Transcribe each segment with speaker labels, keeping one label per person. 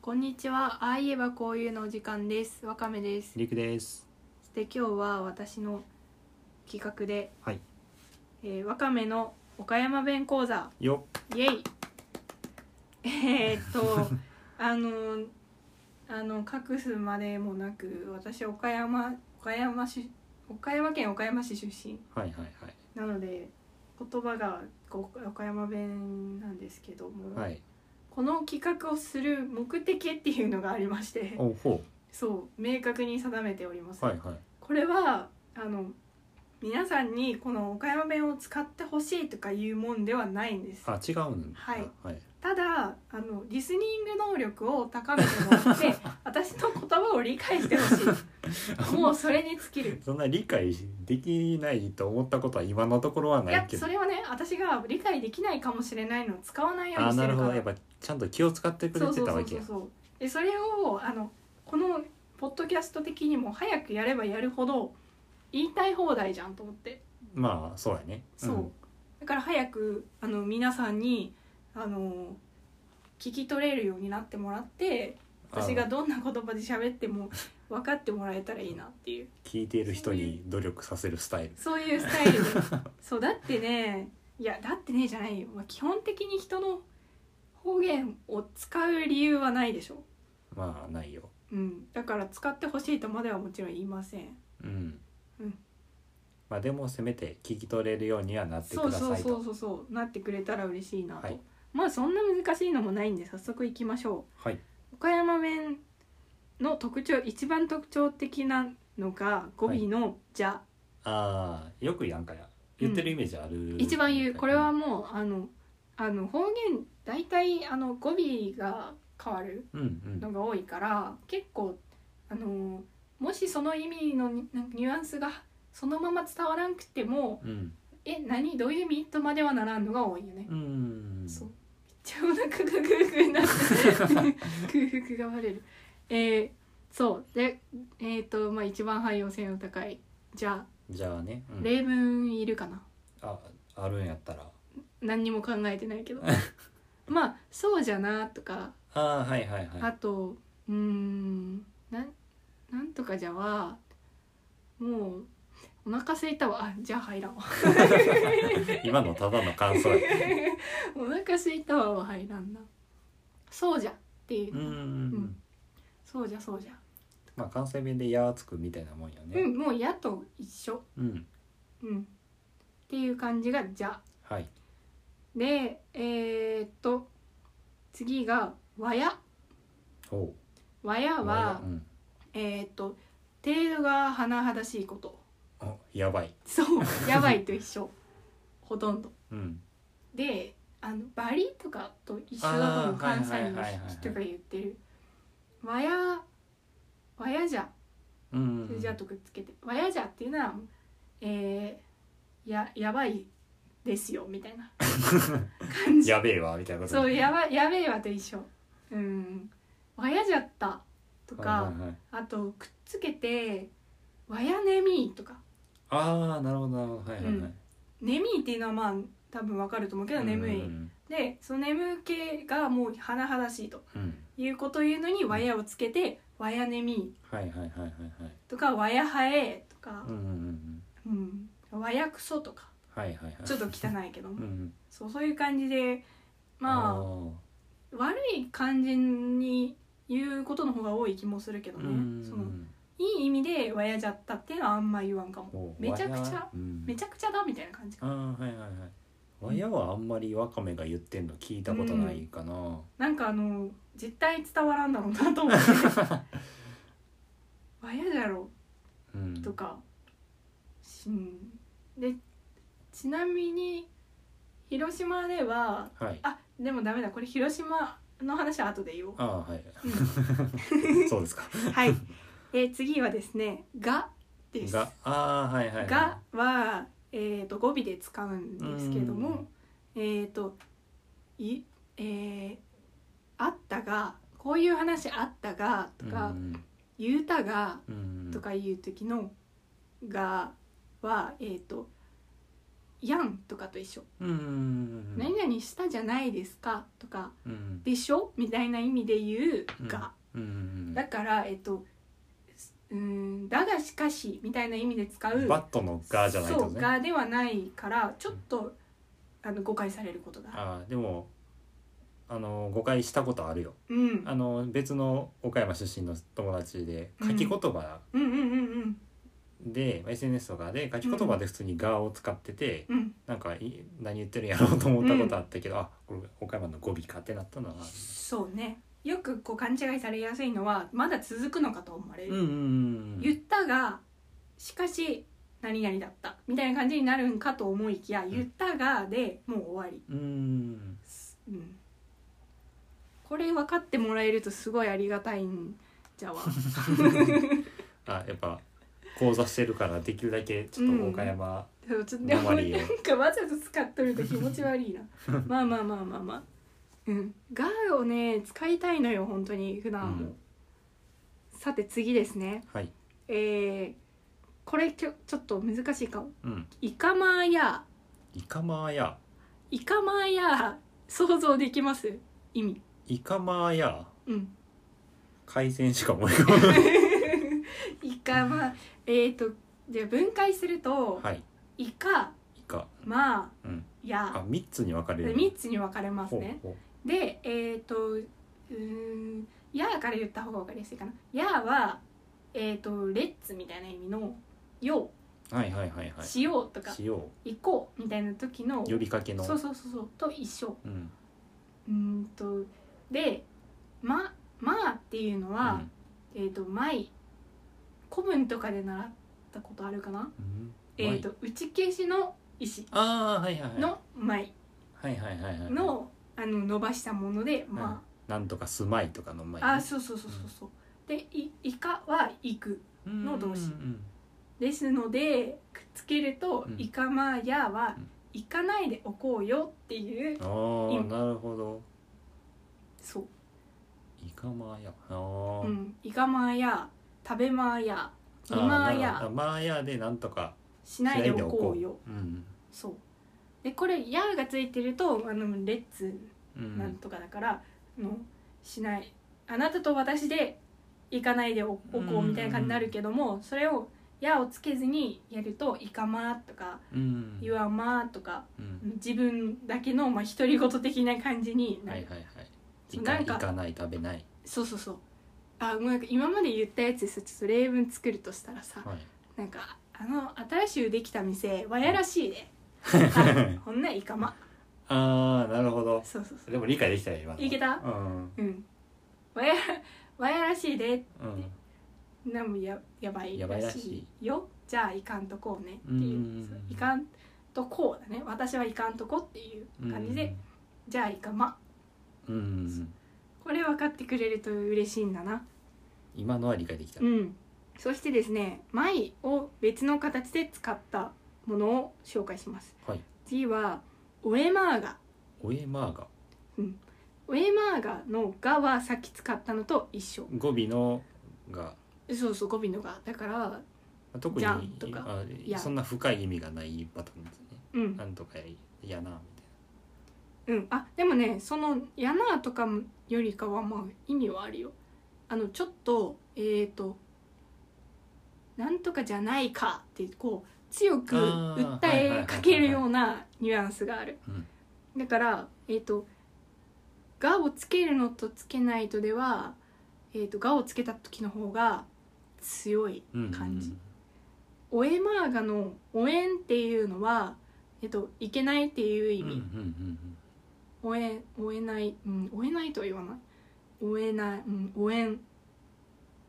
Speaker 1: こんにちは。ああいえばこういうのお時間です。わかめです。
Speaker 2: りくです
Speaker 1: で今日は私の企画で、
Speaker 2: はい
Speaker 1: えーわかめの岡山弁講座
Speaker 2: よ
Speaker 1: イエイ。えーっ とあのあの隠すまでもなく、私岡山岡山市岡山県岡山市出身
Speaker 2: はいはい
Speaker 1: なので言葉がこう岡山弁なんですけども、
Speaker 2: はいはい
Speaker 1: この企画をする目的っていうのがありまして。
Speaker 2: おほ
Speaker 1: そう明確に定めております、
Speaker 2: うはいはい
Speaker 1: これはあの皆さんにこの岡山弁を使ってほしいとかいうもんではないんです
Speaker 2: あ違うんだ
Speaker 1: はい
Speaker 2: はい
Speaker 1: ただあのリスニング能力を高めてもらって 私の言葉を理解してほしいもうそれに尽きる
Speaker 2: そんな理解できないと思ったことは今のところはいな
Speaker 1: や
Speaker 2: いけど
Speaker 1: それはね私が理解できないかもしれないのを使わないように
Speaker 2: あ
Speaker 1: して
Speaker 2: な
Speaker 1: る
Speaker 2: る
Speaker 1: か
Speaker 2: ほ
Speaker 1: ら
Speaker 2: どやっぱちゃんと気を使ってくれ
Speaker 1: そう
Speaker 2: て
Speaker 1: そう
Speaker 2: た
Speaker 1: そ
Speaker 2: わ
Speaker 1: う
Speaker 2: け
Speaker 1: そう
Speaker 2: や
Speaker 1: そうでそれをあのこのポッドキャスト的にも早くやればやるほど言いたい放題じゃんと思って
Speaker 2: まあそうやね
Speaker 1: そう、
Speaker 2: ん
Speaker 1: だから早くあの皆さんにあの聞き取れるようになってもらって
Speaker 2: あ
Speaker 1: 私がどんな言葉で喋っても分かってもらえたらいいなっていう
Speaker 2: 聞いている人に努力させるスタイル
Speaker 1: そういうスタイルで そうだってねいやだってねじゃないよ、まあ、基本的に人の方言を使う理由はないでしょ、
Speaker 2: まあないよ
Speaker 1: うん、だから使ってほしいとまではもちろん言いません
Speaker 2: うん
Speaker 1: うん
Speaker 2: まあでもせめて聞き取れるようにはなって
Speaker 1: そ
Speaker 2: く
Speaker 1: う
Speaker 2: だ
Speaker 1: そう
Speaker 2: さい
Speaker 1: そ
Speaker 2: と
Speaker 1: うそうそうなってくれたら嬉しいなと、
Speaker 2: はい
Speaker 1: まあそんな難しいのもないんで早速いきましょう
Speaker 2: はい
Speaker 1: 岡山弁の特徴一番特徴的なのが語尾の「じゃ
Speaker 2: ああよくやんかや言ってるイメージある、」
Speaker 1: 一番言うこれはもうあのあの方言大体あの語尾が変わる
Speaker 2: うんうん
Speaker 1: のが多いから結構あのもしその意味のニなんかニュアンスがそのまま伝わらんくても
Speaker 2: うん
Speaker 1: 「え何どういう意味?」とまではならんのが多いよね。
Speaker 2: うん
Speaker 1: そうめっちゃお腹がグーグーになって空腹がバレるえー、そうでえっ、とまあ一番汎用性の高いじゃあ、
Speaker 2: じゃあね、うん
Speaker 1: 例文いるかな
Speaker 2: ああるんやったら
Speaker 1: 何にも考えてない けどまあそうじゃなとか
Speaker 2: ああはいはいは
Speaker 1: あ
Speaker 2: い
Speaker 1: とうーんなんなんとかじゃはもうお腹空いたわあじゃあ入らんわ
Speaker 2: 今のただの感想や
Speaker 1: お腹空いたわは入らんなそうじゃっていうう、
Speaker 2: んうんうん
Speaker 1: そうじゃそうじゃ
Speaker 2: まあ関西弁で「や」つくみたいなもんよ
Speaker 1: う
Speaker 2: ね
Speaker 1: ん、もう「や」と一緒、
Speaker 2: うん、
Speaker 1: うん、っていう感じが「じゃ
Speaker 2: はい」
Speaker 1: でえーっと次が「わや」
Speaker 2: おう
Speaker 1: 「わやは」
Speaker 2: うん、
Speaker 1: えーっと程度が甚だしいこと
Speaker 2: あやばい
Speaker 1: そう 「やばい」と一緒ほとんど
Speaker 2: うん
Speaker 1: であの「バリ」とかと一緒だと思う
Speaker 2: あーはい
Speaker 1: 関西の
Speaker 2: はいはいはい
Speaker 1: 人が言ってる「わや」「わやじゃ」
Speaker 2: うん
Speaker 1: じゃとくっつけて「わやじゃ」っていうのは「えー、ややばいですよ」みた いな感じ
Speaker 2: やべえわみたいなこと
Speaker 1: そうやばやべえわと一緒うん「わやじゃった」とか、
Speaker 2: はいはいはい
Speaker 1: あとくっつけて「わやねみ」とか
Speaker 2: ああなるほどなるほどはいはいはい、
Speaker 1: 「ねみ」っていうのはまあ多分わかると思うけど眠い、
Speaker 2: うん
Speaker 1: でその眠気がもう甚だしいと
Speaker 2: うんうん
Speaker 1: いうことを言うのに「わや」をつけて「わやねみ
Speaker 2: はいはいはいはいはい」
Speaker 1: とか「わやはえ」とか
Speaker 2: うんうんうん
Speaker 1: 「うん、わやくそ」とか
Speaker 2: はいはいはい
Speaker 1: ちょっと汚いけど
Speaker 2: う
Speaker 1: も、
Speaker 2: ん
Speaker 1: そうそういう感じでまあ
Speaker 2: ー
Speaker 1: 悪い感じに言うことの方が多い気もするけど
Speaker 2: う
Speaker 1: ね、
Speaker 2: ん
Speaker 1: そのいい意味で「わやじゃった」っていうのはあんま言わんかも
Speaker 2: おう
Speaker 1: めちゃくちゃ
Speaker 2: わやうん
Speaker 1: めちゃくちゃだみたいな感じか
Speaker 2: あーはいはいはい親はあんまりわかめが言ってんの聞いたことないかな、
Speaker 1: なんかあの絶対伝わらんだろうなと思って 「わやじゃろ
Speaker 2: うん」
Speaker 1: とか、うん、でちなみに広島では
Speaker 2: はい
Speaker 1: あでもダメだこれ広島の話は後で言おう
Speaker 2: ああはい そう ですか
Speaker 1: はいで次はですね「が」です
Speaker 2: がああはいはいはい
Speaker 1: がは、えー、と語尾で使うんですけども、えっ、といえーあったがこういう話あったがとか、
Speaker 2: うん
Speaker 1: 言うたが
Speaker 2: うん
Speaker 1: とかいう時のがはえっ、とやん」とかと一緒
Speaker 2: うんう
Speaker 1: 「
Speaker 2: ん
Speaker 1: 何々したじゃないですか」とか
Speaker 2: うんう
Speaker 1: 「
Speaker 2: ん
Speaker 1: でしょ?」みたいな意味で言う「が」
Speaker 2: うんうん
Speaker 1: だからえっとうん「だがしかし」みたいな意味で使
Speaker 2: うん
Speaker 1: う
Speaker 2: バットの「が」じゃない
Speaker 1: そ
Speaker 2: と
Speaker 1: う「
Speaker 2: ね
Speaker 1: が」ではないからちょっと、あの誤解されることがあ
Speaker 2: あーでもあの誤解したことあるよ
Speaker 1: る、うん、
Speaker 2: あの別の岡山出身の友達で書き言葉
Speaker 1: うんうんうんうん
Speaker 2: で、SNS とかで書き言葉で普通に「が」を使ってて、
Speaker 1: うん
Speaker 2: なんかい何言ってるんやろうと思ったことあったけど、あこれ岡山の語尾かってなったんだな
Speaker 1: そうねよくこう勘違いされやすいのはまだ続くのかと思われ
Speaker 2: うん
Speaker 1: る、
Speaker 2: うんうん
Speaker 1: 言ったがしかし何々だったみたいな感じになるんかと思いきや、
Speaker 2: ん
Speaker 1: 言ったがでもう終わり
Speaker 2: うん
Speaker 1: うん、これ分かってもらえるとすごいありがたいんじゃわ
Speaker 2: あやっぱ講座してるからできるだけちょっと岡山
Speaker 1: そうちょっとで
Speaker 2: の
Speaker 1: も
Speaker 2: ま
Speaker 1: なん
Speaker 2: りを、
Speaker 1: かわざと使っとると気持ち悪 いなまあまあまあまあまあうん「が」をね使いたいのよ本当に普
Speaker 2: う
Speaker 1: 段も、
Speaker 2: ん
Speaker 1: さて次ですね
Speaker 2: はい、
Speaker 1: えー、これちょちょっと難しいかも
Speaker 2: うん、
Speaker 1: 「イカマーや
Speaker 2: イカマーや」
Speaker 1: 「イカマーや」想像できます意味
Speaker 2: イカマーや
Speaker 1: うん
Speaker 2: 海鮮しか思い浮かばない
Speaker 1: イカまあえっ、ー、とじゃあ分解すると、
Speaker 2: はい
Speaker 1: イカ
Speaker 2: イカ
Speaker 1: まあ
Speaker 2: うん
Speaker 1: や
Speaker 2: あ三つに分かれる
Speaker 1: 3つに分かれます
Speaker 2: ほう
Speaker 1: ね。
Speaker 2: ほ
Speaker 1: でえっ、とうーん「や」から言った方が分かりやすいかな「や」はえっ、と「レッツ」みたいな意味の「よ
Speaker 2: うはいはいはい
Speaker 1: 「
Speaker 2: は」
Speaker 1: しよう」とか
Speaker 2: いしよ
Speaker 1: 「行こう」みたいな時の
Speaker 2: う呼びかけの
Speaker 1: そうそうそうそうと一緒。
Speaker 2: うん
Speaker 1: うーんとで「ま」まあっていうのは、えっ、と「まい」古文とかで習ったことあるかな
Speaker 2: うん
Speaker 1: えー、と打ち消しの石
Speaker 2: ああはいはいはい
Speaker 1: の舞
Speaker 2: はいはいはいはい
Speaker 1: の,、あの伸ばしたもので、ま
Speaker 2: なんとか住まいとかの前
Speaker 1: あ、あそうそうそうそうそうでい「イカ」は「行く
Speaker 2: うん
Speaker 1: の動詞
Speaker 2: うんうん」
Speaker 1: ですのでくっつけると
Speaker 2: うん
Speaker 1: 「イカマヤ」は
Speaker 2: うん
Speaker 1: 「行かないでおこうよ」っていう意
Speaker 2: あー
Speaker 1: 味
Speaker 2: なるほど
Speaker 1: そう
Speaker 2: イカマーヤ
Speaker 1: 「
Speaker 2: あー
Speaker 1: うん、イカマヤ」「食べマヤ」「
Speaker 2: あ
Speaker 1: 煮マ
Speaker 2: ーなるほどあ
Speaker 1: ヤ
Speaker 2: マーヤでなんとか」
Speaker 1: 「しないでおこうよ
Speaker 2: うん」
Speaker 1: そうでこれ「ヤ」がついてるとあのレッツ
Speaker 2: う
Speaker 1: なん
Speaker 2: ん
Speaker 1: とかだから、のしないあなたと私で行かないでおおこうみたいな感じになるけども、それを「や」をつけずにやると「いかま」とか
Speaker 2: うん
Speaker 1: 「ゆわま」とか
Speaker 2: うん
Speaker 1: 自分だけのまあ独り言的な感じにな
Speaker 2: は
Speaker 1: る、
Speaker 2: いはいはい
Speaker 1: そう
Speaker 2: 行
Speaker 1: な
Speaker 2: か
Speaker 1: んか
Speaker 2: 行かない食べない
Speaker 1: そうそうそうあもうなんか今まで言ったやつでさちょっと例文作るとしたらさ、
Speaker 2: はい
Speaker 1: なんかあの新しいできた店わやらしいで、あほんないかま
Speaker 2: ああなるほど
Speaker 1: そうそうそ
Speaker 2: でも理解できたよ今の
Speaker 1: いけた
Speaker 2: うん
Speaker 1: ううんわやらわやらしいで
Speaker 2: うん
Speaker 1: なんもややばい
Speaker 2: やばい
Speaker 1: ら
Speaker 2: ら
Speaker 1: し
Speaker 2: し
Speaker 1: いよじゃあいかんとこうねって
Speaker 2: うん
Speaker 1: い
Speaker 2: うんう
Speaker 1: うんそういかんとこうだね私はいかんとこっていう感じで、じゃあいかま
Speaker 2: うんうん
Speaker 1: これ分かってくれると嬉しいんだな
Speaker 2: 今のは理解できた
Speaker 1: うんそしてですね「まい」を別の形で使ったものを紹介します、
Speaker 2: はい
Speaker 1: 次は「おえまーが」
Speaker 2: おえまーが
Speaker 1: 「おえまーが」の「が」はさっき使ったのと一緒
Speaker 2: 語尾のが
Speaker 1: そうそう語尾の「が」だから
Speaker 2: 特
Speaker 1: じ
Speaker 2: に
Speaker 1: ゃんとか
Speaker 2: あ
Speaker 1: や
Speaker 2: そんな深い意味がないパターンですね
Speaker 1: うん
Speaker 2: なんとかややなみたい
Speaker 1: うん、あでもねその「やな」とかよりかはまあ意味はあるよ。あのちょっとえー、と「なんとかじゃないか」ってこう強く
Speaker 2: あー
Speaker 1: 訴えかけるようなニュアンスがある
Speaker 2: うん。
Speaker 1: だからえっ、と「が」をつけるのとつけないとでは「えー、とが」をつけた時の方が強い
Speaker 2: な、うん、
Speaker 1: 感じおえまーがの「おえん」っていうのは、えっといけないっていう意
Speaker 2: うんうん
Speaker 1: 味、
Speaker 2: うん
Speaker 1: 追え追えない、うん、追えないとは言わない追えない、うん、追えん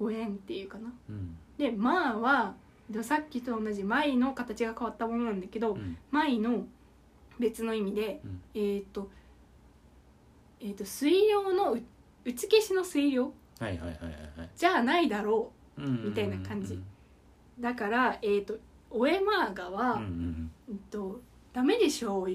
Speaker 1: 追えんっていうかな
Speaker 2: うんうん
Speaker 1: で「まあ」はでさっきと同じ「まい」の形が変わったものなんだけど
Speaker 2: うん
Speaker 1: 「まい」の別の意味で、
Speaker 2: うん
Speaker 1: えーっ、とえーっ、と水量のう打ち消しの水量
Speaker 2: はいはいはいはいはい
Speaker 1: じゃないだろ
Speaker 2: うんうんうんうん
Speaker 1: みたいな感じうだからえーっ、と「おえまあ」がは、
Speaker 2: うんうんうん
Speaker 1: うんと「ダメでしょう」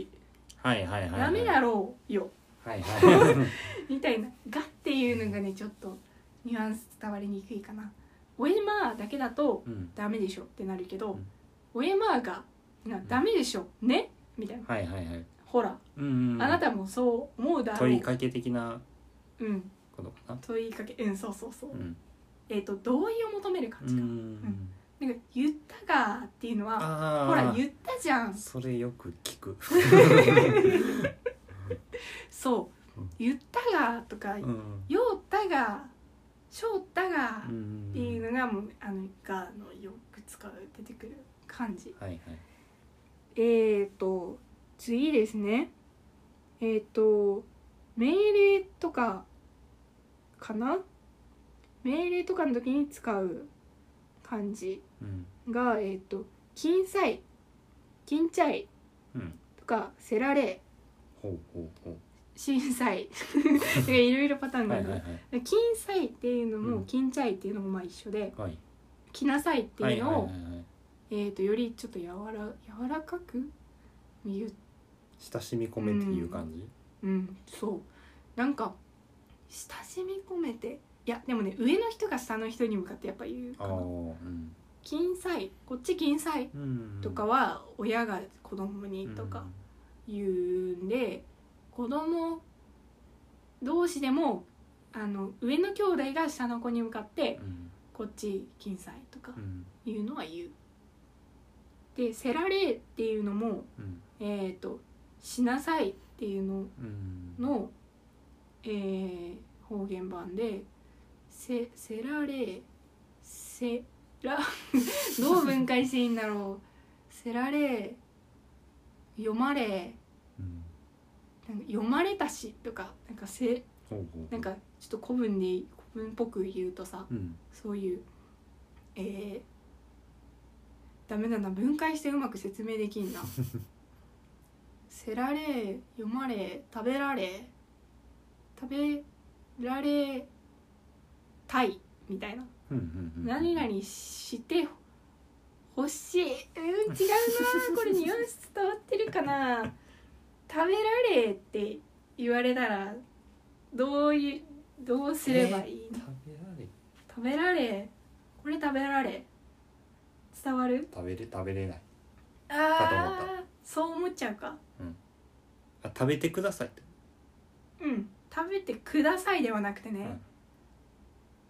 Speaker 2: はいはいはいはい
Speaker 1: ダメだろうよ」
Speaker 2: はいはい
Speaker 1: みたいな「が」っていうのがねちょっとニュアンス伝わりにくいかな「おえまー」だけだと
Speaker 2: うん
Speaker 1: 「ダメでしょ」ってなるけど「
Speaker 2: うん
Speaker 1: おえまーが」が「ダメでしょ」ねみたいな
Speaker 2: はいはいはい
Speaker 1: ほら、
Speaker 2: うん、うん、
Speaker 1: あなたもそう思うだろう
Speaker 2: 問いかけ的な
Speaker 1: うん、
Speaker 2: ことかな
Speaker 1: 問いかけうんそうそうそう、
Speaker 2: うん
Speaker 1: えっ、と同意を求める感
Speaker 2: う
Speaker 1: じか、
Speaker 2: ん
Speaker 1: なんか言ったがーっていうのは
Speaker 2: ああ
Speaker 1: ほら言ったじゃん
Speaker 2: それよく聞く
Speaker 1: そう、
Speaker 2: うん
Speaker 1: 言ったがーとか、
Speaker 2: うん
Speaker 1: 酔ったがしょったが
Speaker 2: う
Speaker 1: っ
Speaker 2: ん
Speaker 1: ていうのがもうあのがのよく使う出てくる感じ
Speaker 2: はいはい
Speaker 1: えーと次ですねえーと命令とかかな命令とかの時に使う漢字
Speaker 2: うん
Speaker 1: がえーと「金さい」「金ちゃい
Speaker 2: うん」
Speaker 1: とか「せられ
Speaker 2: ほうほうほ」
Speaker 1: 「しんさ い」なんかいろいろパター
Speaker 2: う
Speaker 1: ンが
Speaker 2: は
Speaker 1: あ
Speaker 2: い
Speaker 1: る
Speaker 2: はいはい
Speaker 1: 「金さい」っていうの
Speaker 2: う
Speaker 1: も
Speaker 2: ん
Speaker 1: 「金ちゃい」っていうのもまあ一緒で
Speaker 2: はい
Speaker 1: 「来なさい」っていうのを
Speaker 2: はいはいはいはい
Speaker 1: えーとよりちょっと柔ら柔らかく言う
Speaker 2: 親しみ込めていう感じ
Speaker 1: うんそうなんか親しみ込めていやでもね上の人が下の人に向かってやっぱ言う
Speaker 2: あ
Speaker 1: か
Speaker 2: あ
Speaker 1: な
Speaker 2: うん
Speaker 1: 「金さい」こっち「金さい」
Speaker 2: うん
Speaker 1: とかは親が子供にとか言うんで、子供同士でもあの上の兄弟が下の子に向かって
Speaker 2: うん
Speaker 1: 「こっち金さい」とか
Speaker 2: うん
Speaker 1: いうのは言う。で「せられ」っていうのも
Speaker 2: うん
Speaker 1: 「えー、としなさい」っていうの
Speaker 2: うん
Speaker 1: の、えー方言版で「せせられせら」 どう分解していいんだろう「せられ」「読まれ」
Speaker 2: うん
Speaker 1: なんか「読まれたし」とかなんかせ
Speaker 2: ほうほうほう
Speaker 1: なんかちょっと古文で古文っぽく言うとさ
Speaker 2: うん
Speaker 1: そういう、えーダメだな分解してうまく説明でき んな「せられ」「読まれ」「食べられ」「食べられたい」みたいな
Speaker 2: うん
Speaker 1: 「
Speaker 2: うんうん
Speaker 1: 何々して欲しい」 うん違うなこれニュアンス伝わってるかな「食べられ」って言われたらどういうどうすればいいの
Speaker 2: 食べられ
Speaker 1: 食べられこれ食べられ伝わる
Speaker 2: 食べれ食べれない
Speaker 1: あ
Speaker 2: かと思
Speaker 1: あそう思っちゃうか
Speaker 2: あ食べてくださいって
Speaker 1: うん食べてくださいではなくてね、
Speaker 2: うん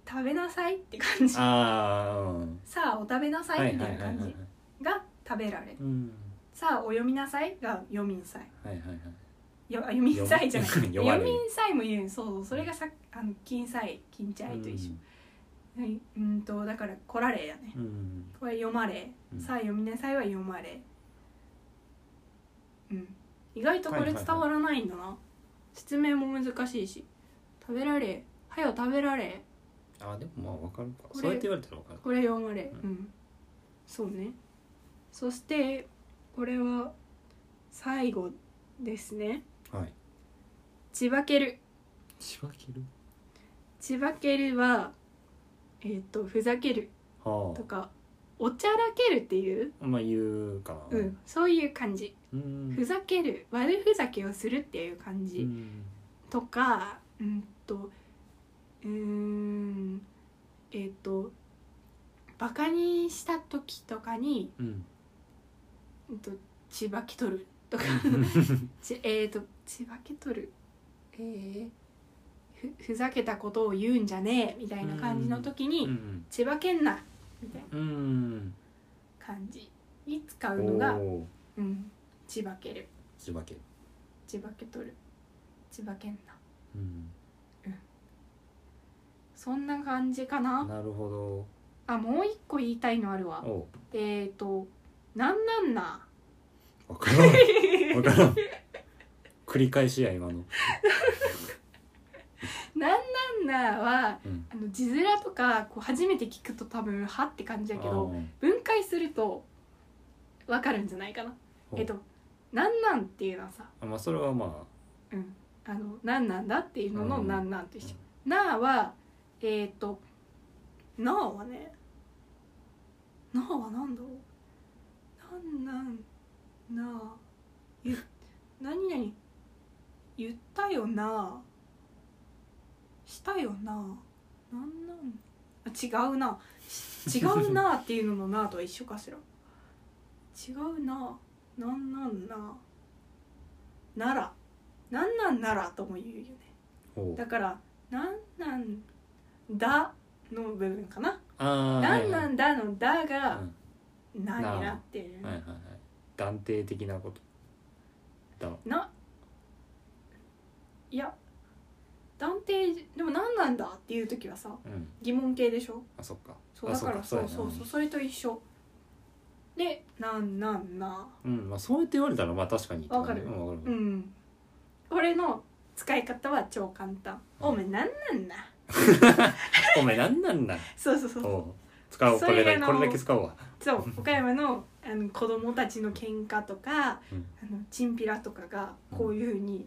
Speaker 1: 食べなさいって感じさ
Speaker 2: ああうん
Speaker 1: あお食べなさいみたいな感
Speaker 2: はい
Speaker 1: じが食べられ
Speaker 2: うん
Speaker 1: さあお読みなさいが読みんさい
Speaker 2: はいはいはい
Speaker 1: よあ読みんさいじゃない
Speaker 2: 読み
Speaker 1: 読みんさいも言うそうそうそれがさあの金さい金ちゃいと一緒はいうんとだから来られやね
Speaker 2: うんうん
Speaker 1: これ読まれ、
Speaker 2: うん
Speaker 1: さあ読みなさいは読まれうん意外とこ
Speaker 2: は
Speaker 1: れ
Speaker 2: いはいはい
Speaker 1: 伝わらないんだな、説明も難しいし食べられはよ食べられ
Speaker 2: あでもまあわかるか
Speaker 1: れ
Speaker 2: そうやって言われたらわかる
Speaker 1: これ読まれう、
Speaker 2: うん
Speaker 1: そうねそしてこれは最後ですね
Speaker 2: はい
Speaker 1: 千葉ける
Speaker 2: 千葉切る
Speaker 1: 千葉けるはえっ、とふざける
Speaker 2: は
Speaker 1: とかおちゃらけるっていう、
Speaker 2: あまあ言うかな
Speaker 1: うん、そういう感じ
Speaker 2: うん
Speaker 1: ふざける悪ふざけをするっていう感じ、
Speaker 2: うん
Speaker 1: とかうんとうーんえっ、とバカにした時とかに
Speaker 2: うん
Speaker 1: 「うんと、ちばけとる」と か「ちえっ、とちばけとる」えーふふざけたことを言うんじゃねえ」みたいな感じの時
Speaker 2: う
Speaker 1: に
Speaker 2: ん
Speaker 1: 「ちばけんな」みたいな
Speaker 2: うん
Speaker 1: 感じに使
Speaker 2: お
Speaker 1: うのが
Speaker 2: お
Speaker 1: 「うん、ちばける」
Speaker 2: 千葉切る
Speaker 1: 「ちばけとる」「ちばけんな
Speaker 2: うん」
Speaker 1: そんな感じかな。
Speaker 2: なるほ
Speaker 1: あもう一個言いたいのあるわ
Speaker 2: ど。お
Speaker 1: えー、と「なんなんな
Speaker 2: わからん。わからん。 繰り返しや今の。」
Speaker 1: 「なんなんな」は
Speaker 2: うん。
Speaker 1: あの字面とかこう初めて聞くと多分「は」って感じだけど
Speaker 2: あ
Speaker 1: 分解するとわかるんじゃないかな。
Speaker 2: ー
Speaker 1: えっ、と「なんなん」っていうのはさ
Speaker 2: あまあそれはま
Speaker 1: 「うん、あのなんなんだ」っていうのの
Speaker 2: う
Speaker 1: 「
Speaker 2: ん
Speaker 1: なんなん」と一緒。な」はえっ、と「な」はね「な」はなんだろう「なんなんなあ」ゆ「何々言ったよな」「したよな」「なんなん」あ違うな「違う な」っていうのの「な」とは一緒かしら「違うな」「なんなんな」奈良なんなん奈良とも言うよね
Speaker 2: ほう
Speaker 1: だからなんなんだの部分かな
Speaker 2: ああ
Speaker 1: なんな
Speaker 2: は
Speaker 1: んだのだ
Speaker 2: いは
Speaker 1: が
Speaker 2: い
Speaker 1: 何になってる
Speaker 2: うんはいはいはい断定的なことだ
Speaker 1: ないや断定でも何なんだっていう時はさ
Speaker 2: うん
Speaker 1: 疑問形でしょ
Speaker 2: あそっか
Speaker 1: そう
Speaker 2: あ
Speaker 1: だからそう
Speaker 2: やな
Speaker 1: そうそうそれと一緒でなんなんな
Speaker 2: うんまあそうやって言われたらまあ確かに
Speaker 1: わかる
Speaker 2: うんわか
Speaker 1: う
Speaker 2: る
Speaker 1: んこれの使い方は超簡単
Speaker 2: うん
Speaker 1: おめなんなんな
Speaker 2: お前なんな んだ
Speaker 1: そうそうそう
Speaker 2: おう使おうこ
Speaker 1: それ
Speaker 2: れだ
Speaker 1: あ
Speaker 2: け
Speaker 1: の
Speaker 2: これだけ使おうわ
Speaker 1: そう岡山のあの子供たちの喧嘩とか、
Speaker 2: うん
Speaker 1: あのチンピラとかがこういうふうに、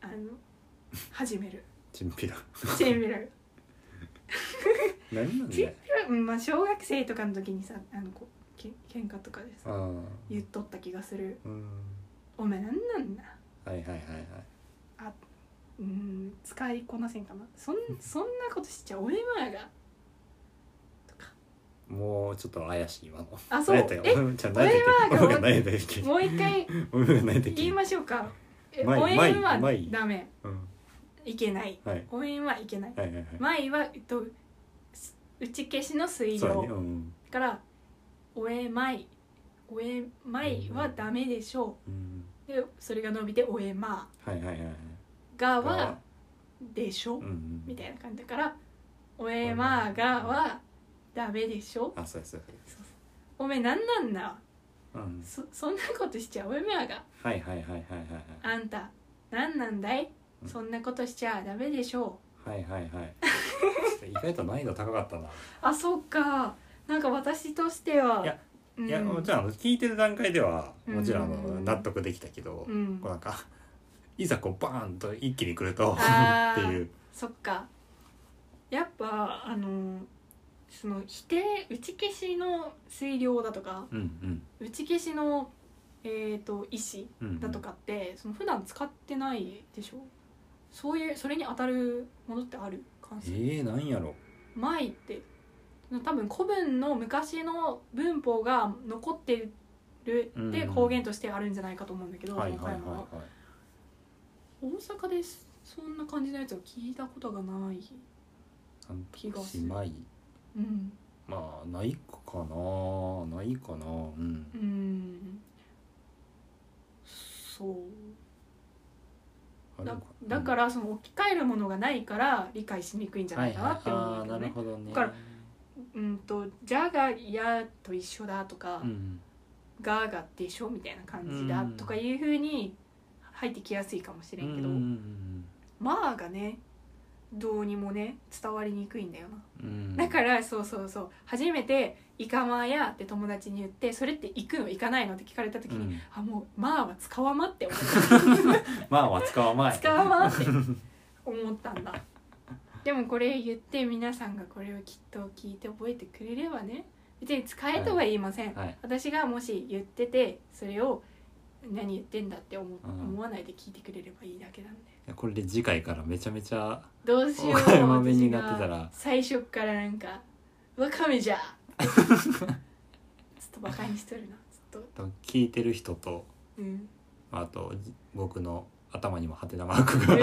Speaker 1: あの始め る
Speaker 2: チンピラ
Speaker 1: チンピラ
Speaker 2: なんなんだ
Speaker 1: チン
Speaker 2: よ
Speaker 1: ピラ、うんまあ、小学生とかの時にさあのこうけ喧嘩とかで
Speaker 2: あ
Speaker 1: さ
Speaker 2: ー
Speaker 1: 言っとった気がする
Speaker 2: うん
Speaker 1: 「おめえなんなんだ
Speaker 2: はいはいはいはい」
Speaker 1: うん使いこなせんかなそんそんなことしちゃおめえまがとか
Speaker 2: もうちょっと怪しい今の
Speaker 1: あそう
Speaker 2: 何やった
Speaker 1: え
Speaker 2: よ じゃあ何や ったっけ
Speaker 1: 俺
Speaker 2: 俺
Speaker 1: は
Speaker 2: が何やったっけ
Speaker 1: もう一 回
Speaker 2: 俺が何やったっ
Speaker 1: 言い
Speaker 2: け
Speaker 1: ましょうか「え
Speaker 2: 前
Speaker 1: おえん
Speaker 2: 前
Speaker 1: は
Speaker 2: 前
Speaker 1: ダメ
Speaker 2: うん
Speaker 1: いけない」
Speaker 2: はい
Speaker 1: 応援はいけない
Speaker 2: はいはいはい
Speaker 1: 前は、えっと、す打ち消しの水
Speaker 2: そう
Speaker 1: 量だ,、
Speaker 2: やねうん
Speaker 1: から「おえまい」「おえまい」はダメでしょ
Speaker 2: うん
Speaker 1: うでそれが伸びて「おえま
Speaker 2: はいはいはいはい
Speaker 1: が」
Speaker 2: が
Speaker 1: は「でしょ」
Speaker 2: うんうん
Speaker 1: みたいな感じだから「おえまが」は「ダメでしょ
Speaker 2: あそうやそうや」
Speaker 1: おめえなんなんだ
Speaker 2: うん
Speaker 1: そそんなことしちゃおえまが
Speaker 2: はいはいはいはいはい
Speaker 1: あんたなんなんだいそんなことしちゃダメでしょう
Speaker 2: はいはいはいはい 意外と難易度高かったな
Speaker 1: あそうかなんか私としてはい
Speaker 2: や
Speaker 1: うん、
Speaker 2: いやもちろんあの聞いてる段階ではもちろんあの
Speaker 1: うん
Speaker 2: 納得できたけど、
Speaker 1: うん
Speaker 2: こうなんかいざこうバーンと一気に来るとっ
Speaker 1: あ
Speaker 2: て
Speaker 1: ー
Speaker 2: いう
Speaker 1: そっかやっぱあのその否定打ち消しの水量だとか
Speaker 2: うんうん
Speaker 1: 打ち消しのえっ、と意思
Speaker 2: うんうん
Speaker 1: だとかって、その普段使ってないでしょそういうそれに当たるものってある関
Speaker 2: え
Speaker 1: 数
Speaker 2: ー、なんやろ
Speaker 1: 前って多分古文の昔の文法が残ってる
Speaker 2: うん
Speaker 1: で方言としてあるんじゃないかと思うんだけど、
Speaker 2: はいはいはい
Speaker 1: 岡山は
Speaker 2: はい
Speaker 1: 大阪でそんな感じのやつを聞いたことがない
Speaker 2: 半
Speaker 1: 気がす
Speaker 2: 年
Speaker 1: る
Speaker 2: 前
Speaker 1: うん
Speaker 2: まあないかなないかなうん
Speaker 1: うーんそう
Speaker 2: あ
Speaker 1: だ
Speaker 2: るか
Speaker 1: だからその置き換えるものがないから理解しにくいんじゃないかなって思うんだ
Speaker 2: は
Speaker 1: け
Speaker 2: いはい
Speaker 1: ど
Speaker 2: あーなる
Speaker 1: ね。
Speaker 2: ほどね
Speaker 1: だからうんと「じゃ」が「や」と一緒だとか
Speaker 2: うん
Speaker 1: 「が」が「でしょ」みたいな感じだ
Speaker 2: うん
Speaker 1: とかいうふうに入ってきやすいかもし
Speaker 2: う
Speaker 1: れんけ
Speaker 2: ん
Speaker 1: ど
Speaker 2: うんうん
Speaker 1: 「まあ」がねどうにもね伝わりにくいんだよな。
Speaker 2: うん
Speaker 1: だからそうそうそう初めて「いかまや」って友達に言って「それって行くの行かないの?」って聞かれた時に「
Speaker 2: うん
Speaker 1: あもうまあ」は使わまって思った。
Speaker 2: まあは使わない
Speaker 1: 使わなって思ったんだでもこれ言って皆さんがこれをきっと聞いて覚えてくれればね別に使えとは言いません、
Speaker 2: はい
Speaker 1: 私がもし言っててそれを何言ってんだって思,、
Speaker 2: うん
Speaker 1: 思わないで聞いてくれればいいだけなんで
Speaker 2: いやこれで次回からめちゃめちゃ
Speaker 1: どうしよう
Speaker 2: お前まめ
Speaker 1: 私
Speaker 2: になってた
Speaker 1: が
Speaker 2: ら
Speaker 1: 最初っからなんか「わかめじゃ!」 ちょっとバカにしとるなちょっと
Speaker 2: 聞いてる人と
Speaker 1: うん、
Speaker 2: あとじ僕の頭にもハテナマーク
Speaker 1: う
Speaker 2: が
Speaker 1: ん、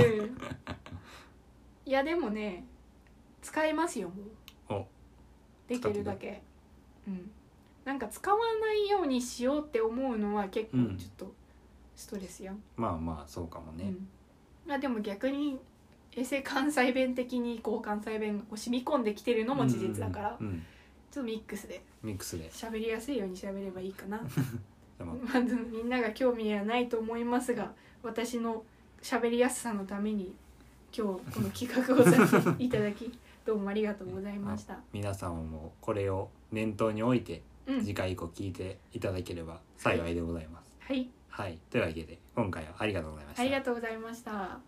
Speaker 1: いやでもね使えますよもう
Speaker 2: お
Speaker 1: できるだけうんなんか使わないようにしようって思うのは結構
Speaker 2: うん
Speaker 1: ちょっとストレスやん、
Speaker 2: まあまあそうかも
Speaker 1: う
Speaker 2: ね、
Speaker 1: んまあでも逆に衛生関西弁的にこう関西弁がこう染み込んできてるのも事実だから、
Speaker 2: うんうんうん
Speaker 1: ちょっとミックスで
Speaker 2: ミックスで
Speaker 1: 喋りやすいように喋ればいいかな
Speaker 2: でも
Speaker 1: まあでもみんなが興味はないと思いますが私の喋りやすさのために今日この企画をさせていただきどうもありがとうございました。
Speaker 2: 皆さんもこれを念頭に置いて
Speaker 1: うん、
Speaker 2: 次回以降聞いていただければ幸いでございます、
Speaker 1: はい
Speaker 2: はいというわけで今回はありがとうございました
Speaker 1: ありがとうございました。